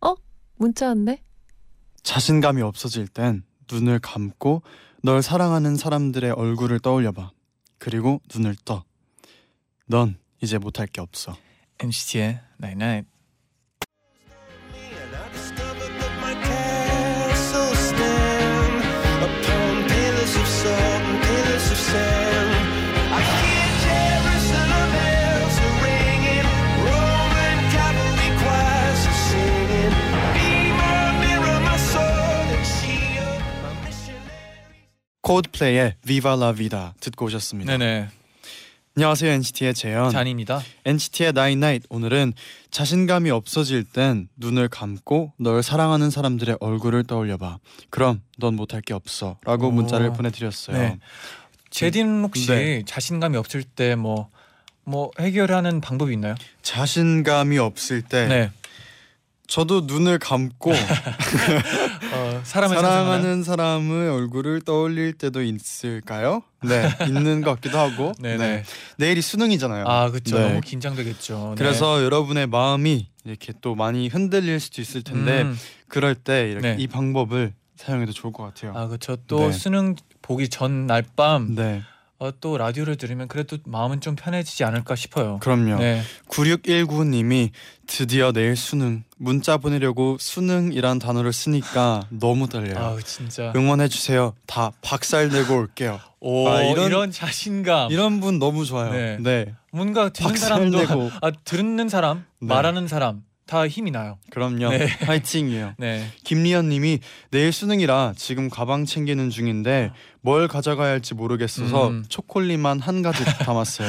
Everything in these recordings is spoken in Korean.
어? 문자 왔네? 자신감이 없어질 땐 눈을 감고 널 사랑하는 사람들의 얼굴을 떠올려봐. 그리고 눈을 떠. 넌 이제 못할 게 없어. NCT의 Night Night. And I discovered that my castle stand upon pillars of salt and pillars of sand. I hear Jerusalem bells are ringing, Roman cavalry choirs are singing. Be my mirror, my sword and shield, my missionary. 코드플레이의 Viva La Vida 듣고 오셨습니다. 네네. 안녕하세요 NCT의 재현. 잔입니다. 음. NCT의 Nine Night 오늘은 자신감이 없어질 땐 눈을 감고 널 사랑하는 사람들의 얼굴을 떠올려봐. 그럼 넌 못할 게 없어라고 오. 문자를 보내드렸어요. 네. 제딘 음, 혹시 네. 자신감이 없을 때 뭐 뭐 해결하는 방법이 있나요? 자신감이 없을 때 네. 저도 눈을 감고 어, 사람을 상상하는- 사랑하는 네. 사람의 얼굴을 떠올릴 때도 있을까요? 네, 있는 것 같기도 하고. 네네. 네. 내일이 수능이잖아요. 아 그렇죠. 네. 너무 긴장되겠죠. 네. 그래서 여러분의 마음이 이렇게 또 많이 흔들릴 수도 있을 텐데 음, 그럴 때 이렇게 네. 이 방법을 사용해도 좋을 것 같아요. 아 음. 그렇죠. 또 네. 수능 보기 전 날 밤 어, 또 네, 라디오를 들으면 그래도 마음은 좀 편해지지 않을까 싶어요. 그럼요. 네. 9619님이 드디어 내일 수능 문자 보내려고 수능이란 단어를 쓰니까 너무 떨려요. 아 진짜. 응원해 주세요. 다 박살 내고 올게요. 오 음. 아, 이런, 이런- 자신감. 이런 분 너무 좋아요. 아. 네. 네. 뭔가 듣는 박살 사람도 내고. 아 듣는 사람 네. 말하는 사람 다 힘이 나요. 그럼요. 네. 파이팅이에요. 네. 김리현님이 내일 수능이라 지금 가방 챙기는 중인데 뭘 가져가야 할지 모르겠어서 음. 초콜릿만 한 가득 담았어요.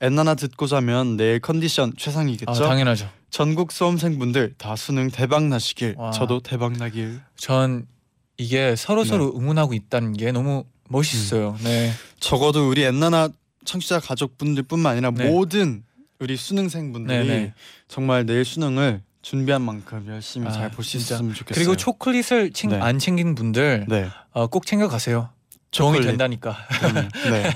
엔나나 듣고 자면 내일 컨디션 최상이겠죠. 아, 당연하죠. 전국 수험생분들 다 수능 대박 나시길. 와. 저도 대박 나길. 전 이게 서로 네. 서로 응원하고 있다는 게 너무 멋있어요. 음. 네. 적어도 우리 엔나나 청취자 가족분들뿐만 아니라 네. 모든 우리 네, 수능생분들이 네. 정말 내일 수능을 준비한 만큼 열심히 아, 잘 볼 수 진짜. 있었으면 좋겠어요. 그리고 초콜릿을 챙, 네. 안 챙긴 분들 네. 어, 꼭 챙겨 가세요. 도움이 된다니까. 그럼요. 네.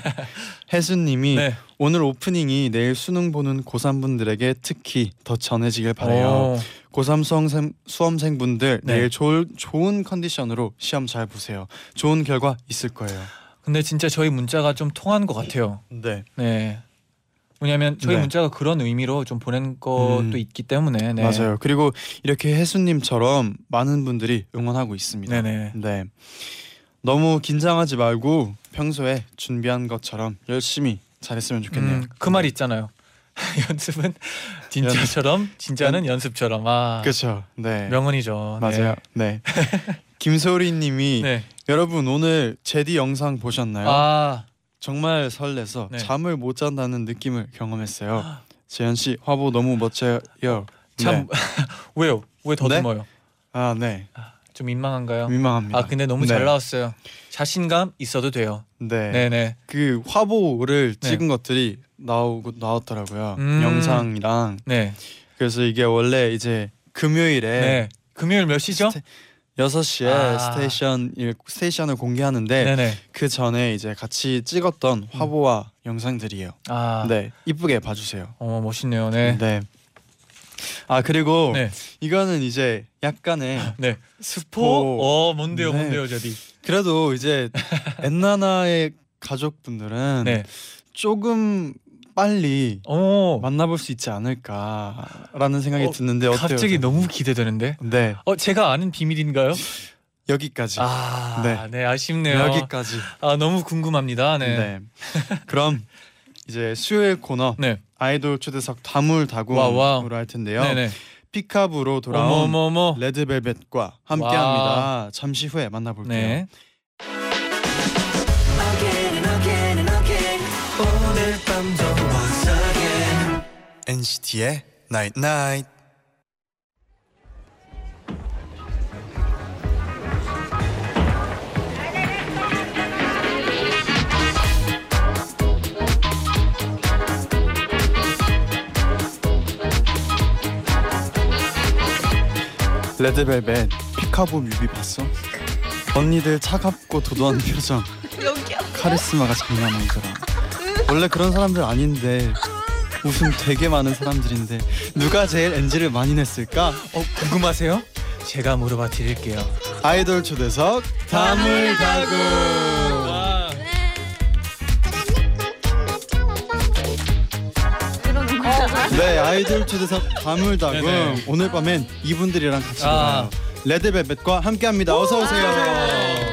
혜수님이 네. 오늘 오프닝이 내일 수능 보는 고3분들에게 특히 더 전해지길 바래요. 오, 고3 수험생, 수험생분들 어. 네. 내일 좋을, 좋은 컨디션으로 시험 잘 보세요. 좋은 결과 있을 거예요. 근데 진짜 저희 문자가 좀 통한 것 같아요. 네. 네. 왜냐면 저희 네. 문자가 그런 의미로 좀 보낸 것도 음. 있기 때문에. 네. 맞아요. 그리고 이렇게 혜수님처럼 많은 분들이 응원하고 있습니다. 네네. 네. 너무 긴장하지 말고 평소에 준비한 것처럼 열심히 잘했으면 좋겠네요. 그 말 있잖아요. 연습은 진짜처럼, 진짜는 연습처럼. 아, 그렇죠. 네. 명언이죠. 맞아요. 네. 김소리님이 네. 네. 여러분 오늘 제디 영상 보셨나요? 아, 정말 설레서 네. 아. 잠을 못 잔다는 느낌을 경험했어요. 재현 씨 화보 너무 멋져요. 참 네. 왜요? 왜 더듬어요? 아 네. 좀 민망한가요? 민망합니다. 아, 근데 너무 음. 네. 잘 나왔어요. 자신감 있어도 돼요. 네. 네, 네. 그 화보를 네. 찍은 것들이 나오고 나왔더라고요. 음. 영상이랑 네. 그래서 이게 원래 이제 네. 금요일에 금요일 몇 시죠? 스테- 6시에 아. 스테이션 일- 스테이션을 공개하는데 네, 네. 그 전에 이제 같이 찍었던 화보와 영상들이에요. 아. 네. 이쁘게 봐 주세요. 어머 멋있네요. 네. 네. 아 그리고 네. 이거는 이제 약간의 네. 스포. 어, 뭔데요? 네. 뭔데요, 저디? 그래도 이제 엔나나의 가족분들은 네. 조금 빨리 어. 만나볼 수 있지 않을까라는 생각이 어, 드는데 어때요? 갑자기 너무 기대되는데. 네 어, 제가 아는 비밀인가요? 여기까지 아, 네, 네. 아쉽네요. 여기까지 아, 너무 궁금합니다. 네. 네. 네, 그럼 이제 수요일 코너 네. 아이돌 초대석 와우, 다물다궁으로 할 텐데요 네. 픽업으로 돌아온 어머머머. 레드벨벳과 함께합니다 잠시 후에 만나볼게요 네. Again and again and again 오늘 밤도 once again NCT의 Night Night 레드벨벳 피카보 뮤비 봤어? 언니들 차갑고 도도한 표정 여기요. 카리스마가 장난 아니더라 원래 그런 사람들 아닌데 웃음 되게 많은 사람들인데 누가 제일 NG를 많이 냈을까? 어, 궁금하세요? 제가 물어봐 드릴게요. 아이돌 초대석 다물다구 그런 거. 네 아이돌 초대석 다물다구 네네. 오늘 밤엔 이분들이랑 같이 아. 놀아요 레드벨벳과 함께합니다 어서 오세요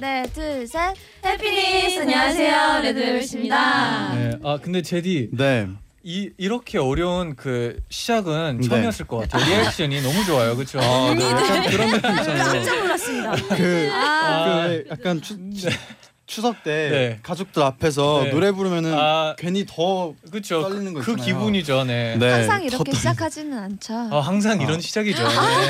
네, 둘, 셋. 해피니스 안녕하세요. 레드벨벳입니다. 네. 아 근데 제디 네 이 이렇게 어려운 그 시작은 네. 처음이었을 것 같아요. 리액션이 너무 좋아요, 그렇죠? 아, 네. 참 그런 느낌 있잖아요. 깜짝 놀랐습니다. 그, 아. 그 약간 추, 추석 때 네. 가족들 앞에서 네. 노래 부르면은 아. 괜히 더 그렇죠. 그, 떨리는 거 그 있잖아요. 기분이죠, 네. 네, 항상 이렇게 더 시작하지는 않죠. 아, 항상 아. 이런 시작이죠.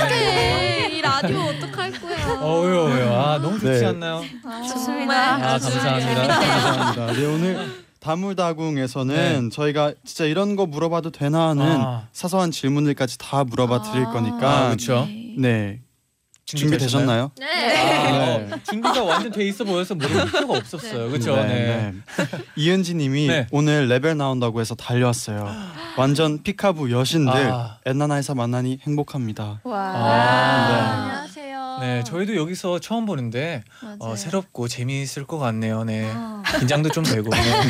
네. 이 라디오 어떡할 거야. 어유 어유. 아 너무 좋지 네. 않나요? 좋습니다. 아 감사합니다. 감사합니다. 네 오늘 다물다궁에서는 저희가 진짜 이런 거 물어봐도 되나 하는 네. 아. 사소한 질문들까지 다 물어봐 드릴 거니까 아, 그쵸. 네 준비되셨나요? 아, 네. 어, 준비가 완전 돼 있어 보여서 물을 필요가 없었어요. 그렇죠. 네. 이은지님이 네. 오늘 레벨 나온다고 해서 달려왔어요. 완전 피카부 여신들 아. 엔나나에서 만나니 행복합니다. 아, 안녕하세요. 네, 저희도 여기서 처음 보는데 어, 새롭고 재미있을 것 같네요. 네. 긴장도 좀 되고. 네.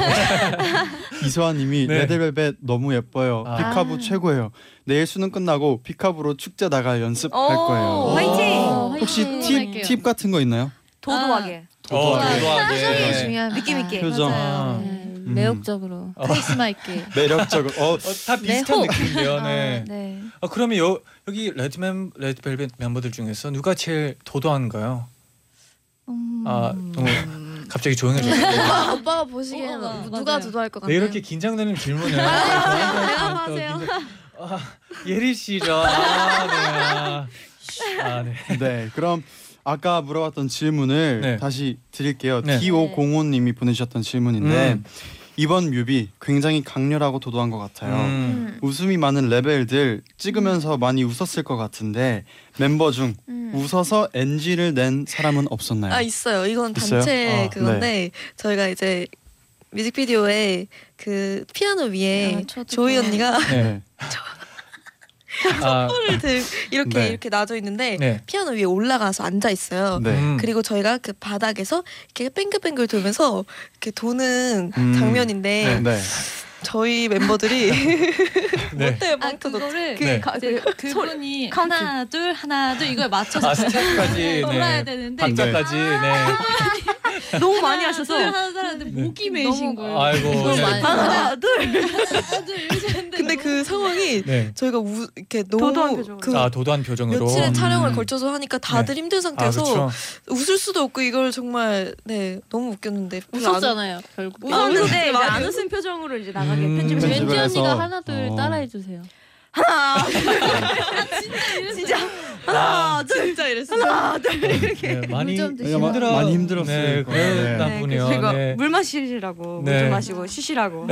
이소아님이 네. 레드벨벳 너무 예뻐요. 아. 피카부 최고예요. 내일 수능 끝나고 피카부로 축제 나갈 연습할 거예요. 화이팅! 혹시 팁, 팁 같은 거 있나요? 도도하게 어, 도도하게. 표정이 네. 아, 중요합니다. 느낌 있게. 표정. 아. 네. 음. 매혹적으로 카리스마 있게. 매력적으로. 어, 어, 다 비슷한 네, 느낌인데요. 네. 네. 네. 아, 그러면 여, 여기 레드맨 레드벨벳 멤버들 중에서 누가 제일 도도한가요? 음. 아, 너무 갑자기 조용해졌어요. 오빠가 보시기에는 누가 도도할 것 아, 네, 아, 같아요? 이렇게 긴장되는 질문을 대답하니까 또 긴장- 아, 예리 씨죠. 아, 네. 아, 아, 네. 네, 그럼 아까 물어봤던 질문을 네. 다시 드릴게요. 네. D505님이 보내주셨던 질문인데 음. 이번 뮤비 굉장히 강렬하고 도도한 것 같아요. 음. 음. 웃음이 많은 레벨들 찍으면서 많이 웃었을 것 같은데 멤버 중그 음. 웃어서 NG를 낸 사람은 없었나요? 네. 아 있어요. 이건 있어요? 단체 아, 그건데 저희가 이제 뮤직비디오에 그 피아노 아, 위에 저도 조이 그거. 언니가 네. 아, 손을 들 이렇게 네. 이렇게 놔져 있는데 네. 피아노 위에 올라가서 앉아 있어요. 네. 음. 그리고 저희가 그 바닥에서 이렇게 뱅글뱅글 돌면서 이렇게 도는 음. 장면인데 네. 네. 저희 멤버들이 네. 그때 아 막 또- 그거를 네. 이제 그분이 하나 둘 하나 둘 이걸 맞춰서 아, 스텝까지 돌아야 네. 되는데 박자까지 네. 너무 하나, 많이 하셔서 둘, 하나 하는데 목이 메이신 거예요. 아이고. 너무 네. 많이 하나 둘 하나, 둘, 이러시는데 근데 그 상황이 네. 저희가 우, 이렇게 도도한 너무 표정으로. 그 아, 도도한 표정으로. 며칠의 촬영을 음. 걸쳐서 하니까 다들 힘든 아, 상태여서 그렇죠. 웃을 수도 없고 이걸 정말 네 너무 웃겼는데 별로 안- 웃었잖아요 결국 아, 웃었는데 웃었는데 이제 많이 안 웃은 표정으로 이제 나가게 음. 편집을 편집을 왠지 해서. 언니가 하나 둘 어. 따라해 주세요. 아, 진짜 하나 둘 진짜 이랬어요 하나 둘 네, 많이 물좀 네, 마- 힘들어. 많이 힘들었을 네, 거예요. 네. 그랬나 네, 보네요. 그리고 네. 물 마시라고 물 네. 좀 마시고 쉬시라고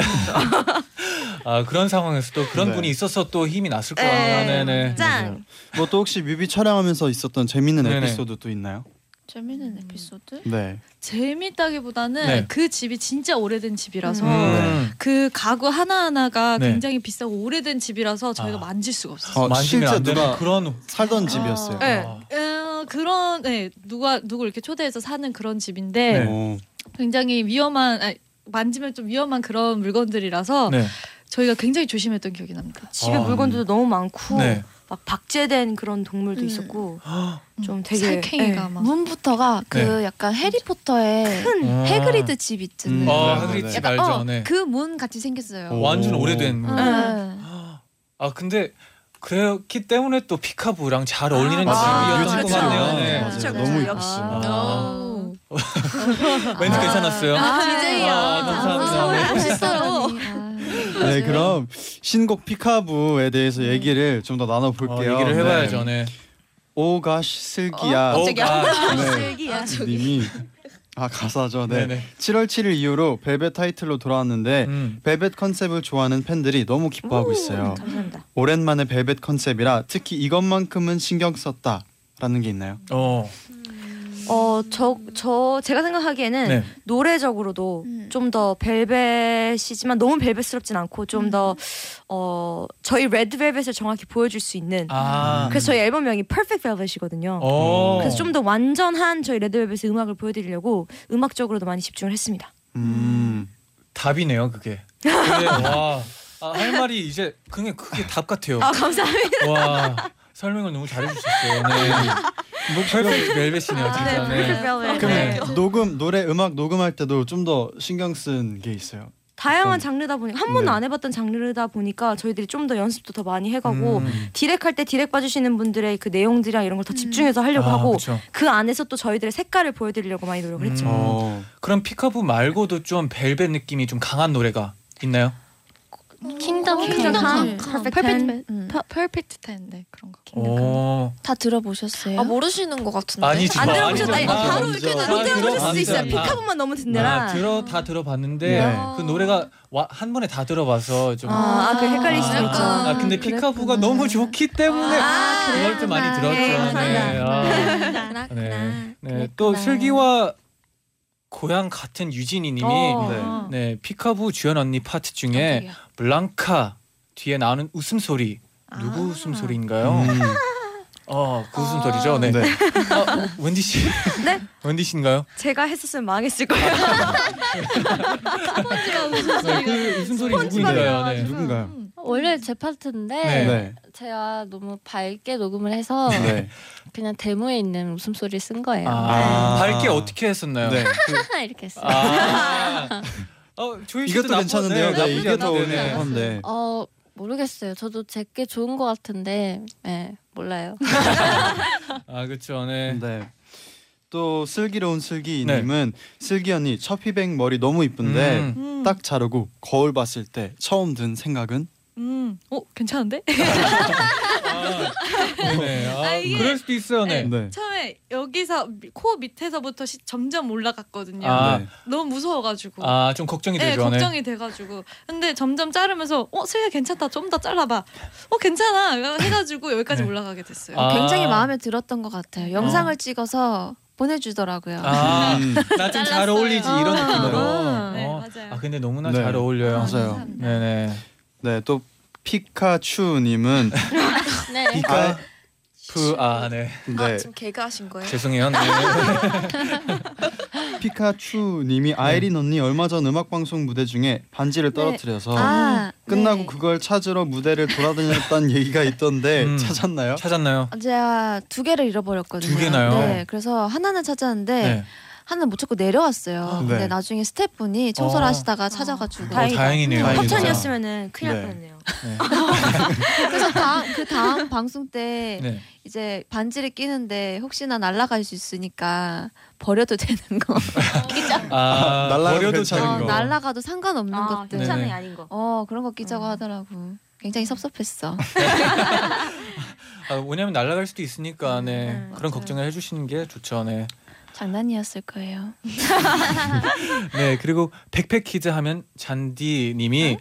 아, 그런 상황에서 또 그런 네. 분이 있어서 또 힘이 났을 거예요. 네, 네. 짠. 뭐또 혹시 뮤비 촬영하면서 있었던 재밌는 네네. 에피소드 또 있나요? 재밌는 에피소드? 네. 재밌다기보다는 네. 그 집이 진짜 오래된 집이라서 네. 음. 그 가구 하나하나가 네. 굉장히 비싸고 오래된 집이라서 저희가 아. 만질 수가 없어요. 어, 만지면 실제 안 되는 누가 그런 살던 집이었어요. 네. 아. 어, 그런 네, 누가 누구 이렇게 초대해서 사는 그런 집인데 네. 오. 굉장히 위험한 아니, 만지면 좀 위험한 그런 물건들이라서 네. 저희가 굉장히 조심했던 기억이 납니다. 집에 아. 음. 물건들도 너무 많고 네. 어, 막 박제된 그런 동물도 음. 있었고 음, 좀 되게 살쾡이가 막 문부터가 그 네. 약간 해리포터의 아. 해그리드 집 음. 있잖아요. 아, 네, 하그리드 네, 집 네. 알죠. 어, 네. 그문 음. 같이 생겼어요. 오. 완전 음. 오래된. 응. 문. 아, 근데 그렇기 때문에 또 피카부랑 잘 어울리는 맞아요. 집이었을 것 맞아요. 같네요. 네. 네. 그쵸, 맞아요. 그쵸. 너무 역시. 아. 어. 왠지 아, 괜찮았어요. DJ야. 아, 감사합니다. 아, 멋있어요. 네, 그럼 신곡 피카부에 대해서 얘기를 좀 더 나눠볼게요. 어, 얘기를 해봐야죠. 어, 네. 네. 오가시 슬기야 갑자기 네. 아, 저기 님이 아 가사죠. 네. 네네. 7월 7일 이후로 벨벳 타이틀로 돌아왔는데 음. 벨벳 컨셉을 좋아하는 팬들이 너무 기뻐하고 있어요. 감사합니다. 오랜만에 벨벳 컨셉이라 특히 이것만큼은 신경 썼다라는 게 있나요? 어. 어, 저, 저 제가 생각하기에는 네. 노래적으로도 음. 좀 더 벨벳이지만 너무 벨벳스럽진 않고 좀 더 어, 저희 레드벨벳을 정확히 보여줄 수 있는 아. 그래서 저희 앨범명이 Perfect Velvet이거든요. 어. 음. 그래서 좀 더 완전한 저희 레드벨벳의 음악을 보여드리려고 음악적으로도 많이 집중을 했습니다. 음. 답이네요, 그게. 근데 와. 아, 할 말이 이제 그냥 그게 답 같아요. 아, 네. 감사합니다. 와. 설명을 너무 잘해 주셨어요. 네. 목소리 멜벳이네요, 아, 진짜. 네. Velvet. 그럼 네. 녹음 노래 음악 녹음할 때도 좀 더 신경 쓴 게 있어요. 다양한 어떤- 장르다 보니 한 번도 네. 안 해봤던 장르다 보니까 저희들이 좀 더 연습도 더 많이 해가고 음. 디렉 할 때 디렉 봐주시는 분들의 그 내용들이랑 이런 걸 음. 더 집중해서 하려고 아, 하고 그쵸. 그 안에서 또 저희들의 색깔을 보여드리려고 많이 노력을 했죠. 음. 어. 그럼 피카부 말고도 좀 벨벳 느낌이 좀 강한 노래가 있나요? 킹덤 어, 아, 킹덤 아, 강. 퍼펙트. 퍼펙트 텐데 네, 그런 거. 네, 오. 다 들어보셨어요? 아 모르시는 것 같은데. 아니, 진짜. 안 아, 들어보셨나요? 아니죠. 바로 아니죠. 이렇게 아, 못 들어보실 들어봤어요. 수 있어요. 아. 피카분만 너무 아, 듣느라. 들어 다 들어봤는데 네. 그 노래가 와, 한 번에 다 들어봐서 좀 아, 그 헷갈릴 수도 아, 있죠. 아 근데 피카부가 너무 좋기 때문에 아, 그걸 좀 많이 들었죠. 네, 네. 아, 네. 네. 또 슬기와 고향 같은 유진이님이 어. 네 피카부 주연 언니 파트 중에 블랑카 뒤에 나오는 웃음소리 누구 웃음소리인가요? 음. 어, 그 웃음소리죠. 네. 네. 아, 원디 씨. 네? 원디 씨인가요? 제가 했었으면 망했을 거예요. 네, 그 웃음소리 누구인가요? 네. 네. 누군가요? 원래 제 파트인데 네. 네. 제가 너무 밝게 녹음을 해서 네. 그냥 데모에 있는 웃음소리 쓴 거예요. 아, 아. 밝게 어떻게 했었나요? 네. 이렇게 했어요. 아. 어, 조이 씨도 이것도 나쁘- 괜찮은데요. 네, 네, 나쁘지 이게 더 않은데. 오늘 한데. 어 모르겠어요. 저도 제게 좋은 것 같은데 네, 몰라요. 아, 그렇죠. 네. 네. 또 슬기로운 슬기님은 슬기 언니 첫 피백 머리 너무 이쁜데 음. 딱 자르고 거울 봤을 때 처음 든 생각은 음, 어 괜찮은데? 아, 네. 아, 아, 이게- 그럴 수도 있어요. 네. 네. 처음에 여기서 미- 코 밑에서부터 시, 점점 올라갔거든요. 아. 네. 너무 무서워가지고. 아, 좀 걱정이 네, 되죠. 걱정이 돼가지고. 근데 점점 자르면서 어 슬기야 괜찮다. 좀 더 잘라봐. 어 괜찮아. 해가지고 여기까지 네. 올라가게 됐어요. 아. 굉장히 마음에 들었던 것 같아요. 영상을 찍어서 보내주더라고요. 아, 음. 나 좀 잘 어울리지 이런 잘랐어요. 느낌으로. 아, 네, 어. 맞아요. 아, 근데 너무나 네. 잘 어울려요. 맞아요. 네, 네. 네, 또 피카츄님은 네. 피카 프, 아, 네. 네. 지금 개그하신 거예요? 죄송해요. 네. 네. 피카츄님이 아이린 언니 얼마 전 음악 방송 무대 중에 반지를 떨어뜨려서 아, 끝나고 네. 그걸 찾으러 무대를 돌아다녔다는 얘기가 있던데 음. 찾았나요? 찾았나요? 아, 제가 두 개를 잃어버렸거든요. 두 개나요? 네, 그래서 하나는 찾았는데 네. 아, 하나는 못 찾고 내려왔어요. 네. 근데 나중에 스태프분이 청소를 어. 하시다가 찾아가지고 어, 다행이네요. 다행이다. 협찬이었으면은 큰일 날 네. 뻔했네요. 그래서 다음 그 다음 방송 때 네. 이제 반지를 끼는데 혹시나 날아갈 수 있으니까 버려도 되는 거, 아, 날라가도 버려도 괜찮은 되는 어, 거. 날아가도 상관없는 것들, 괜찮- 네네. 아닌 거. 어 그런 거 끼자고 음. 하더라고. 굉장히 섭섭했어. 아, 왜냐면 날아갈 수도 있으니까 네. 음, 그런 맞아요. 걱정을 해주시는 게 좋죠. 네. 장난이었을 거예요. 네 그리고 백팩 키즈 하면 잔디님이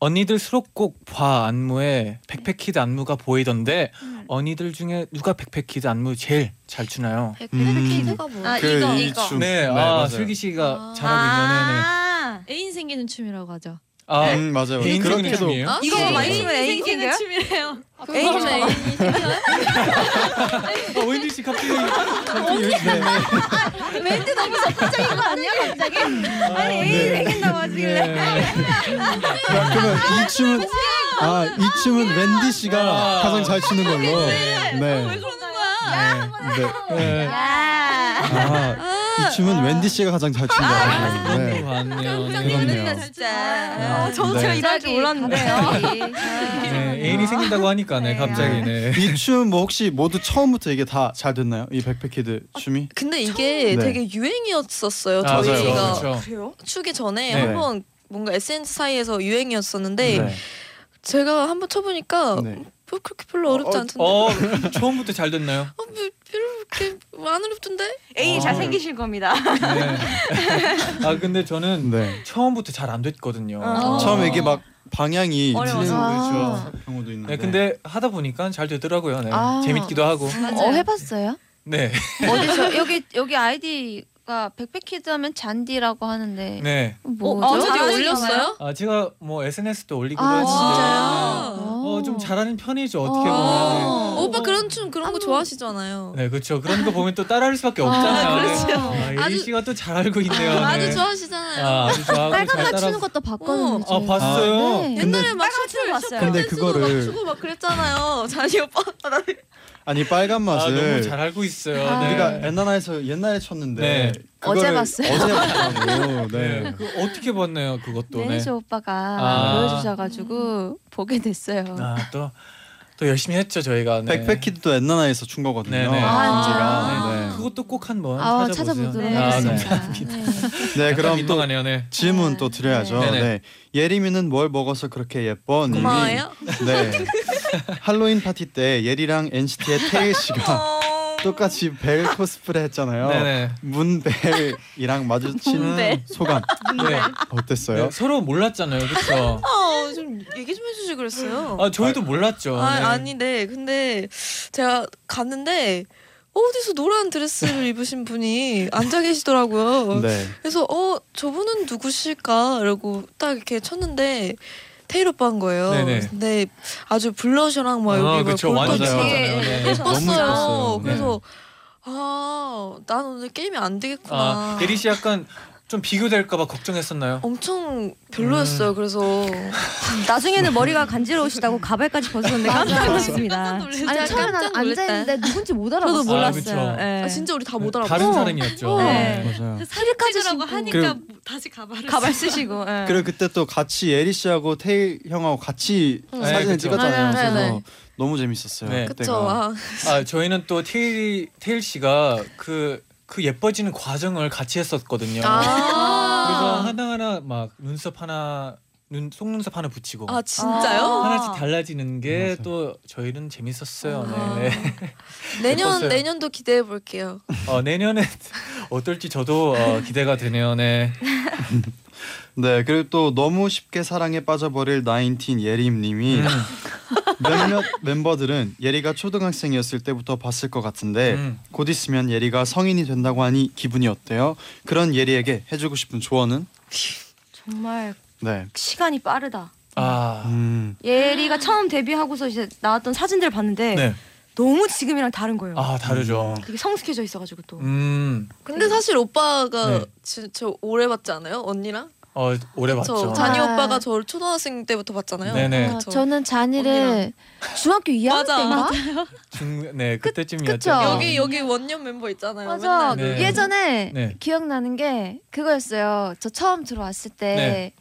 언니들 수록곡 봐 안무에 백팩 키즈 안무가 보이던데 언니들 중에 누가 백팩 키즈 안무 제일 잘 추나요? 백패키드가 뭐? 아, 음. 그 이거, 이 이거. 춤. 네, 아 맞아요. 슬기 씨가 아. 잘하고 네. 애인 생기는 춤이라고 하죠. 있는 애. 음, 맞아요. 아 개인 적인 그렇게도 춤이에요? 이거 이거 많이 많이 쓰면 애인 생겨요? 어? 춤이래요. 네. 에이, 그거는 애인이 생겨요? 아 웬디 씨 갑자기 갑자기 웬디 네. 왠지 너무 적극적인 거 아니야 갑자기? 아니 애인 생긴다고 하길래. 네. 야, 네. 그러면 이 춤은 아, 이 춤은 웬디 씨가 아. 가장 잘 추는 걸로. 네. 왜 그러는 거야? 아, 네. 네. 아, 이 춤은 웬디 씨가 가장 잘 아, 추는 걸로. 네. 맞네요. 네. 그렇네요. 진짜. 어, 저도 네. 제가 이럴 줄 몰랐는데요. 아, 네, 애인이 생긴다고 하니까 네 갑자기 네. 이 춤 뭐 혹시 모두 처음부터 이게 다 잘 됐나요? 이 백패키드 춤이? 근데 이게 처음- 네. 되게 유행이었었어요. 아, 맞아요. 저희가 그렇죠. 그래요? 추기 전에 네. 한번 뭔가 SNS 사이에서 유행이었었는데 제가 한번 쳐보니까 네. 뭐 그렇게 별로 어렵지 않던데. 어, 처음부터 잘 됐나요? 어, 뭐, 별로 그렇게 뭐안 어렵던데? 애인이 아. 잘 생기실 겁니다. 네. 아 근데 저는 네. 처음부터 잘 안 됐거든요. 어. 아. 처음에 이게 막 방향이 어려워서. 틀리는 아. 그렇죠. 경우도 있는데. 네, 근데 하다 보니까 잘 되더라고요. 네. 아. 재밌기도 하고. 어 해봤어요? 네, 어디 저 여기 여기 아이디가 백패키드 하면 잔디라고 하는데 네. 뭐죠? 어, 드디어 잘하시나 올렸어요? 아 제가 뭐 SNS도 올리고 아, 했는데, 진짜요? 어, 좀 잘하는 편이죠. 어떻게 보면. 아. 오빠 그런 춤 그런 거 좋아하시잖아요. 네, 그렇죠. 그런 거 보면 또 따라할 수밖에 없잖아요. 아, 그렇죠. 네. 아, 예린 아주- 씨가 또 잘 알고 있네요. 네. 아주 좋아하시잖아요. 아, 아주 좋아하고 잘 빨간 맛 따라. 추는 것도 봤거든요. 어. 아, 봤어요? 네. 옛날에 막 빨간 춤 셔틀 봤어요. 셔틀 근데 댄스도 그거를- 막 네. 추고 막 그랬잖아요. 자니 오빠. 아니 빨간 아, 맛을 너무 잘 알고 있어요. 아. 네. 네. 우리가 엔나나에서 네. 옛날에 쳤는데 어제 그거를 봤어요. 어제 봤다고. 네. 네. 그 어떻게 봤나요, 그것도. 네. 매니저 오빠가 아. 음. 보여주셔가지고 보게 됐어요. 아, 또, 또 열심히 했죠, 저희가. 네. 백패키드도 엔나나에서 춘 거거든요. 네, 네. 아, 네. 진짜요? 그것도 꼭 한번 아, 찾아보세요. 찾아보도록 네. 아, 네. 하겠습니다. 네. 네, 약간 그럼 또 민망하네요, 네. 질문 또 드려야죠. 네. 네. 네네. 예림이는 뭘 먹어서 그렇게 예뻐? 님이 고마워요. 네. 할로윈 파티 때 예리랑 NCT의 태일 어. 씨가 똑같이 벨 코스프레 했잖아요. 네네. 문벨이랑 마주친 문벨. 소감 네. 어땠어요? 네. 서로 몰랐잖아요, 그렇죠? 어, 좀 얘기 좀 해주지 그랬어요. 아, 저희도 몰랐죠. 아, 네. 아니, 네. 근데 제가 갔는데 어디서 노란 드레스를 입으신 분이 앉아 계시더라고요. 네. 그래서 어 저분은 누구실까? 이러고 딱 이렇게 쳤는데 테일 오빠인 거예요. 네네. 근데 아주 블러셔랑 막 아, 뭐 여기 막 그쵸, 볼도 완전 되게 맞아요. 네. 너무 예뻤어요. 예뻤어요. 네. 그래서 아, 난 오늘 게임이 안 되겠구나. 아, 예리 씨 약간 좀 비교될까봐 걱정했었나요? 어, 엄청 별로였어요. 음. 그래서 나중에는 머리가 간지러우시다고 가발까지 벗었는데 깜짝 놀랐습니다. 아니 처음에 난 앉아있는데 누군지 못 알아봤어요. 저도 몰랐어요. 아, 그쵸. 예. 아, 진짜 우리 다 못 알아봤어. 다른 사람이었죠. 네. 맞아요. 사진까지라고 하니까 뭐 그리고- 다시 가발을 가발 쓰시고. 예. 그리고 그때 또 같이 예리 씨하고 태일 형하고 같이 응. 네, 사진을 그쵸. 찍었잖아요. 맞아요. 그래서 네네. 너무 재밌었어요. 네. 그쵸. 그때가. 아, 아 저희는 또 테일 테일 씨가 그. 그 예뻐지는 과정을 같이 했었거든요. 그래서 아, 하나하나 막 눈썹 하나, 눈 속눈썹 하나 붙이고 아 진짜요? 아. 하나씩 달라지는 게 맞아요. 또 저희는 재밌었어요. 아. 네. 네. 내년 예뻤어요. 내년도 기대해 볼게요. 어, 내년에 어떨지 저도 어, 기대가 되네요. 네. 네, 그리고 또 너무 쉽게 사랑에 빠져버릴 나인틴 예림님이 음, 몇몇 멤버들은 예리가 초등학생이었을 때부터 봤을 것 같은데 음. 곧 있으면 예리가 성인이 된다고 하니 기분이 어때요? 그런 예리에게 해주고 싶은 조언은? 정말 네. 시간이 빠르다. 아, 음, 예리가 처음 데뷔하고서 이제 나왔던 사진들 봤는데 네. 너무 지금이랑 다른 거예요. 아 다르죠. 되게 성숙해져 있어가지고 또. 음, 근데 사실 오빠가 네. 진짜 오래 봤지 않아요? 언니랑? 어 오래 저 봤죠. 잔이 아. 오빠가 저를 초등학생 때부터 봤잖아요. 네네. 아, 그쵸. 저는 잔이를 중학교 2학년 맞아. 때인가? 중, 네 그쵸. 그때쯤이었죠. 여기 여기 원년 멤버 있잖아요. 맞아. 맨날. 네. 예전에 네. 기억나는 게 그거였어요. 저 처음 들어왔을 때 네.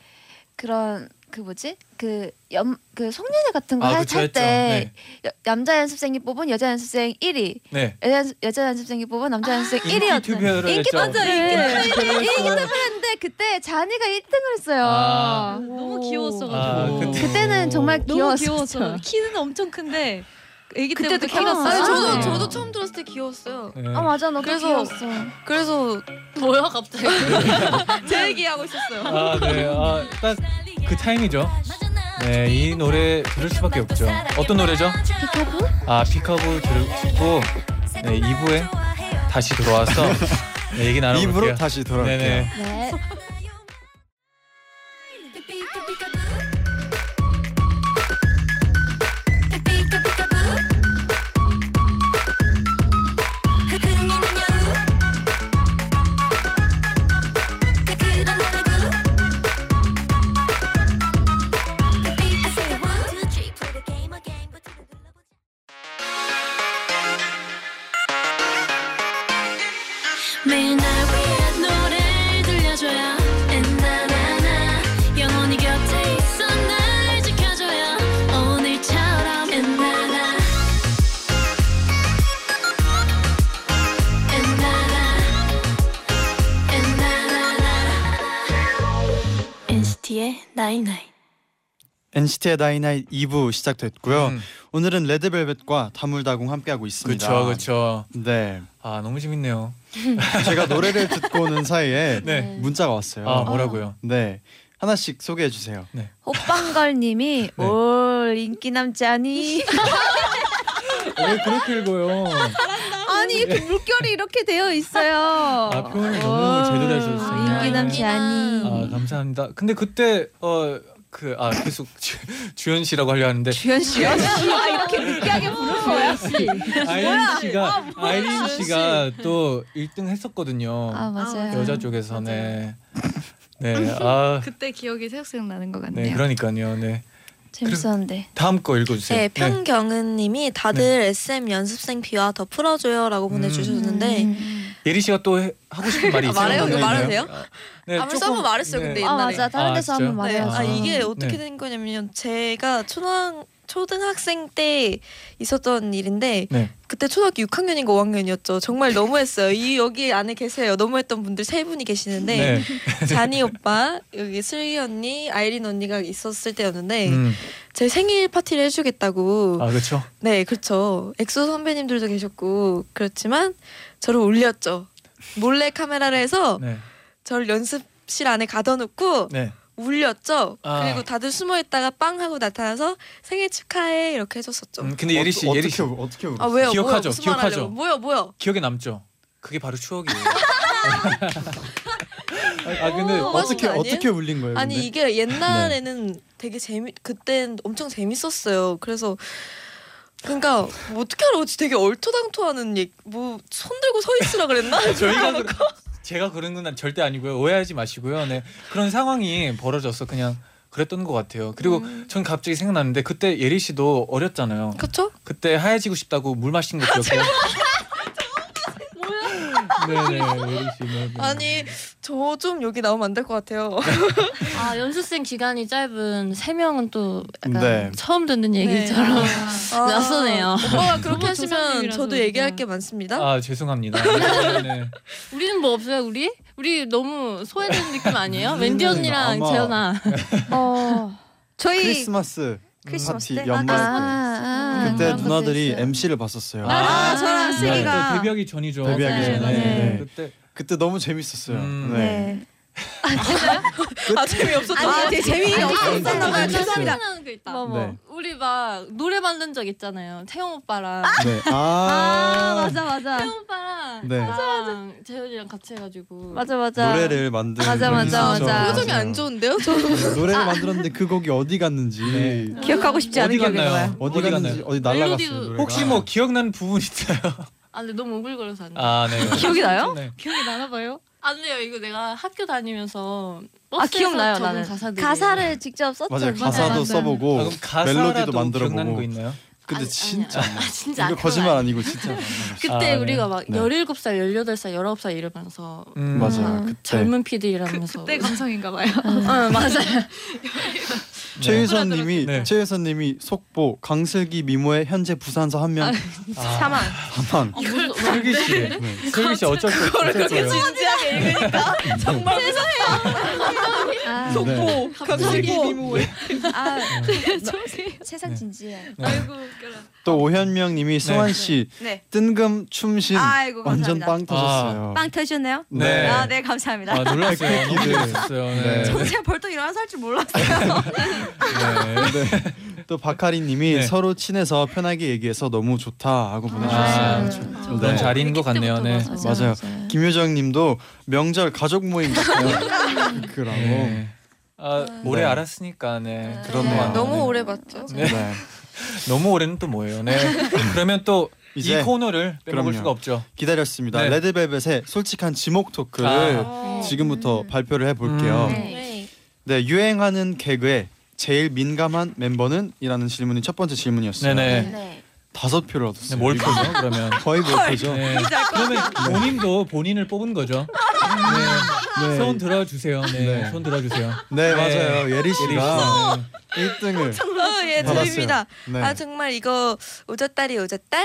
그런 그 뭐지 그연그 송년회 같은 아, 거 그쵸, 할 했죠. 때 남자 연습생이 뽑은 여자 연습생 1위, 네. 여자, 연습- 여자 연습생이 뽑은 남자 연습생 1위였던. 인기 투표를 인기 했죠. 네. 맞아, 인기 인기 투표를 인기 했어요. 투표를 했는데 그때 잔이가 1등을 했어요. 아. 너무 귀여웠어가지고 아, 그때- 그때는 정말 너무 귀여웠어. 귀여웠어. 키는 엄청 큰데 애기 그때도 때부터 키웠어요? 키웠어요. 아니, 저도 네. 저도 처음 들었을 때 귀여웠어요. 네. 아 맞아, 너무 그래서- 귀여웠어. 그래서 뭐야 갑자기? 제 얘기하고 있었어요. 아, 네. 아, 딱 그 타임이죠. 네, 이 노래 들을 수밖에 없죠. 어떤 노래죠? 피카부? 아, 피카고 들고 네, 2부에 다시 돌아와서 네, 얘기 나눠볼게요. 입으로 다시 돌아올게요. 네네. 네. 매일 날 위한 노래를 들려줘요 엔나나나 영원히 곁에 있어 날 지켜줘요 오늘처럼 엔나나 엔나나 엔나나나 NCT의 나잇나잇 NCT의 다이나잇 2부 시작됐고요. 음. 오늘은 레드벨벳과 다물다공 함께하고 있습니다. 그쵸 그쵸. 네. 아 너무 재밌네요. 제가 노래를 듣고 오는 사이에 네. 문자가 왔어요. 아 뭐라고요? 네. 하나씩 소개해 주세요. 호빵걸님이 네. 올 인기 남자니 왜 그렇게 읽어요? 아니 그 물결이 이렇게 되어 있어요. 아, 아 표현을 너무 제대로 해주셨어요. 인기 음, 남자니. 아 감사합니다. 근데 그때 어 그 아 계속 주, 주현 씨라고 하려 하는데 주현 씨요? 아, 이렇게 느끼하게 부를 거야? 아이린 씨가 아이린 씨가 또 1등 했었거든요. 아 맞아요. 여자 쪽에서네. 음, 네. 아, 그때 기억이 새록새록 나는 것 같네요. 네. 그러니까요. 네. 재밌었는데. 다음 거 읽어 주세요. 네, 평경은님이 다들 네. SM 연습생 비와 더 음. 풀어줘요라고 보내주셨는데 예리 씨가 또 해, 하고 싶은 말이 아, 있어요. 말해요? 네, 이거 말해도 네. 돼요? 네, 아무리 써보면 말했어요, 근데 아 옛날에. 맞아 다른 아, 데서 진짜요? 한번 네, 말해야죠. 아 이게 어떻게 네. 된 거냐면요. 제가 초등 초등학생 때 있었던 일인데 네. 그때 초등학교 6학년인가 5학년이었죠. 정말 너무했어요. 이 여기 안에 계세요. 너무했던 분들 세 분이 계시는데 네. 자니 오빠 여기 슬기 언니 아이린 언니가 있었을 때였는데 음. 제 생일 파티를 해주겠다고 아, 그렇죠. 네 그렇죠 엑소 선배님들도 계셨고 그렇지만 저를 올렸죠 몰래 카메라를 해서 네. 저를 연습실 안에 가둬놓고 네. 울렸죠 아. 그리고 다들 숨어있다가 빵 하고 나타나서 생일 축하해 이렇게 해줬었죠 음, 근데 예리 씨, 예리 씨 어떻게 뭐- 어떻게 울었어요? 아 왜요 기억하죠, 뭐야, 무슨 기억하죠. 말 하려고. 뭐야 뭐야 기억에 남죠. 그게 바로 추억이에요. 아, 근데 어, 어떻게 아니에요? 어떻게 울린 거예요? 아니 이게 옛날에는 네. 되게 재미 그땐 엄청 재밌었어요. 그래서 그러니까 뭐 어떻게 알아지 되게 얼토당토하는 얘뭐손 들고 서 있으라 그랬나? 네, 아, 저희가 그, 제가 그런 건 절대 아니고요. 오해하지 마시고요. 네. 그런 상황이 벌어져서 그냥 그랬던 것 같아요. 그리고 음. 전 갑자기 생각났는데 그때 예리 씨도 어렸잖아요. 그렇죠? 그때 하얘지고 싶다고 물 마신 거 기억해요? 아, 뭐야? 네네 예리 씨. 네, 네. 아니 저 좀 여기 나오면 안 될 것 같아요. 아 연습생 기간이 짧은 세 명은 또 약간 네. 처음 듣는 얘기처럼 아, 낯서네요. 오빠가 그렇게 너무 하시면 조상님이라서 저도 그런가. 얘기할 게 많습니다. 아 죄송합니다. 네, 네. 우리는 뭐 없어요 우리? 우리 너무 소외되는 느낌 아니에요? 웬디 네. 언니랑 아마- 재현아 어 저희 크리스마스 크리스마스 파티 때? 연말 때 아, 음, 그때 그런 누나들이 MC를 봤었어요. 아, 저랑 네, 슬기가 또 데뷔하기 전이죠. 데뷔하기 네, 전에. 네. 네. 그때 그때 너무 재밌었어요. 음. 네. 네. 아 재미없었다. 아 되게 재미없었나 재밌었나 봐요. 봐요. 죄송합니다. 생각나는 거 있다. 뭐, 네. 우리 막 노래 만든 적 있잖아요. 태용 오빠랑 네. 아, 아 맞아 맞아 태용 오빠랑 네. 나랑 재현이랑 같이 해가지고 맞아 맞아. 노래를 만든 맞아, 맞아, 분이시죠. 맞아. 표정이 안 좋은데요? 저 네, 노래를 만들었는데 그 곡이 어디 갔는지 네. 기억하고 싶지 않은 어디 기억인 갔나요? 거야. 어디, 갔는지 어디 날라갔어요. 멜로디도- 노래가. 혹시 뭐 기억나는 부분 있어요? 아 근데 너무 오글거려서 안 돼. 아 네. 기억이 나요? 네. 기억이 나나 봐요. 안 돼요. 이거 내가 학교 다니면서 아, 버스에서 기억나요, 적은 나는. 가사들이. 가사를 직접 썼죠. 맞아요. 맞아, 가사도 맞아. 아, 써보고 그럼 가사라도 멜로디도 만들어 기억나는 거 보고. 있나요? 근데 아니, 진짜 아니야. 안 아, 진짜 이거 그건 거짓말 아니야. 아니고 진짜 안 나갔어요. 그때 아, 네. 우리가 막 네. 17살, 18살, 19살 이러면서 음. 맞아요. 그때 네. 젊은 피디라면서 그때 감성인가 봐요. 어, 맞아요. 최유선 님이 네. 최유선 님이 속보 강슬기 미모의 현재 부산서 한 명 아, 사망. 사망. 슬기 씨. 네. 슬기 씨 어쩔 수 없을 거예요. 진지하게 읽으니까 정말 아, 속보 강수고 아, 저기 세상 네. 진지해. 네. 아이고 웃겨라. 또 오현명 님이 승환 씨 네. 뜬금 춤신 아이고, 완전 감사합니다. 빵 터졌어요. 네, 빵 터졌네요. 네. 아, 네, 감사합니다. 아 놀랐어요. 너무 백패키들. 놀랐어요. 네. 네. 전 제가 벌떡 일어나서 할 줄 몰랐어요. 네. 네. 또 박하리 님이 네. 서로 친해서 편하게 얘기해서 너무 좋다 하고 네. 아, 보내주셨어요. 그런 네. 자리인 것 같네요. 네. 맞아요. 김효정 님도 명절 가족 모임 같아요. 그러고 네. 네. 아 오래 네. 알았으니까 네. 그렇네요. 그동안. 너무 오래 봤죠. 네. 너무 오래는 또 뭐예요? 네. 그러면 또 이 이제 코너를 빼먹을 그럼요. 수가 없죠. 기다렸습니다. 네. 레드벨벳의 솔직한 지목 토크를 아. 지금부터 발표를 해볼게요. 음. 네. 네, 유행하는 개그에 제일 민감한 멤버는? 이라는 질문이 첫 번째 질문이었어요. 네네. 네. 다섯 표를 얻었어요. 네, 뭘 이거 표죠? 그러면. 거의 몰표죠. 네. 그러면 본인도 본인을 뽑은 거죠. 네. 네. 손 들어주세요. 네. 네. 손 들어주세요. 네, 맞아요. 예리 예리 씨가 아, 씨. 네. 1등을 어, 예, 받았어요. 드립니다. 네. 아 정말 이거 오졌다리 오졌다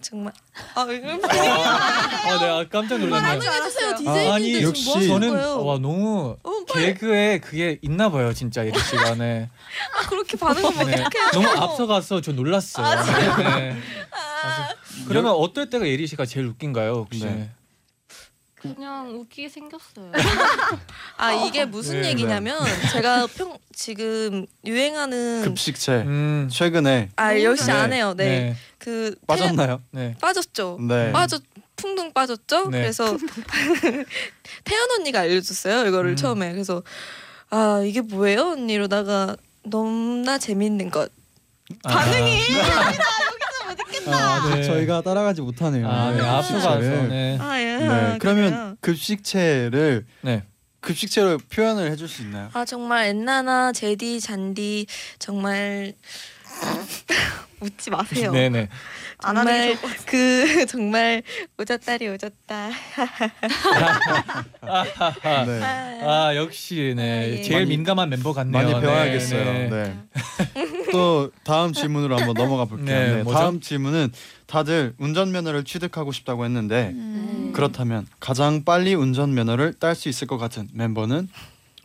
정말 아 이거 네. 아, 내가 깜짝 놀랐네요. 해주세요 어, 아, 아니 디제이님들 어, 지금 뭐 하는 저는 거예요? 네. 와 너무 빨리. 개그에 그게 있나 봐요 진짜 예리 씨가 네. 아, 그렇게 반응하면 네. 어떡해요? 너무 앞서가서 저 놀랐어요. 네. 아, 저- 그러면 어떨 때가 예리 씨가 제일 웃긴가요 혹시? 네. 그냥 웃기게 생겼어요. 아 이게 무슨 네, 네. 얘기냐면 제가 평 지금 유행하는 급식체 음. 최근에 아 역시 그 네. 안 해요. 네. 네. 그 빠졌나요? 네. 태... 빠졌죠. 네. 빠졌 풍둥 빠졌죠. 네. 그래서 태연 언니가 알려줬어요. 이거를 음. 처음에 그래서 아 이게 뭐예요 언니로다가 너무나 재밌는 것 아. 반응이 아, 네. 저희가 따라가지 못하네요. 아, 네, 앞서가서, 네. 아, 예. 네. 그러면 급식체를 급식체로 표현을 해줄 수 있나요? 아 정말 엔나나 제디 잔디 정말 웃지 마세요. 네네. 안 하는 게 정말 그 정말 오졌다리 오졌다. 아하하. 네. 아 역시 네 네. 예. 제일 많이- 민감한 멤버 같네요. 많이 네, 배워야겠어요. 네. 또 다음 질문으로 한번 넘어가 볼게요. 네, 네, 뭐죠? 다음 질문은 다들 운전면허를 취득하고 싶다고 했는데 음. 네. 그렇다면 가장 빨리 운전면허를 딸 수 있을 것 같은 멤버는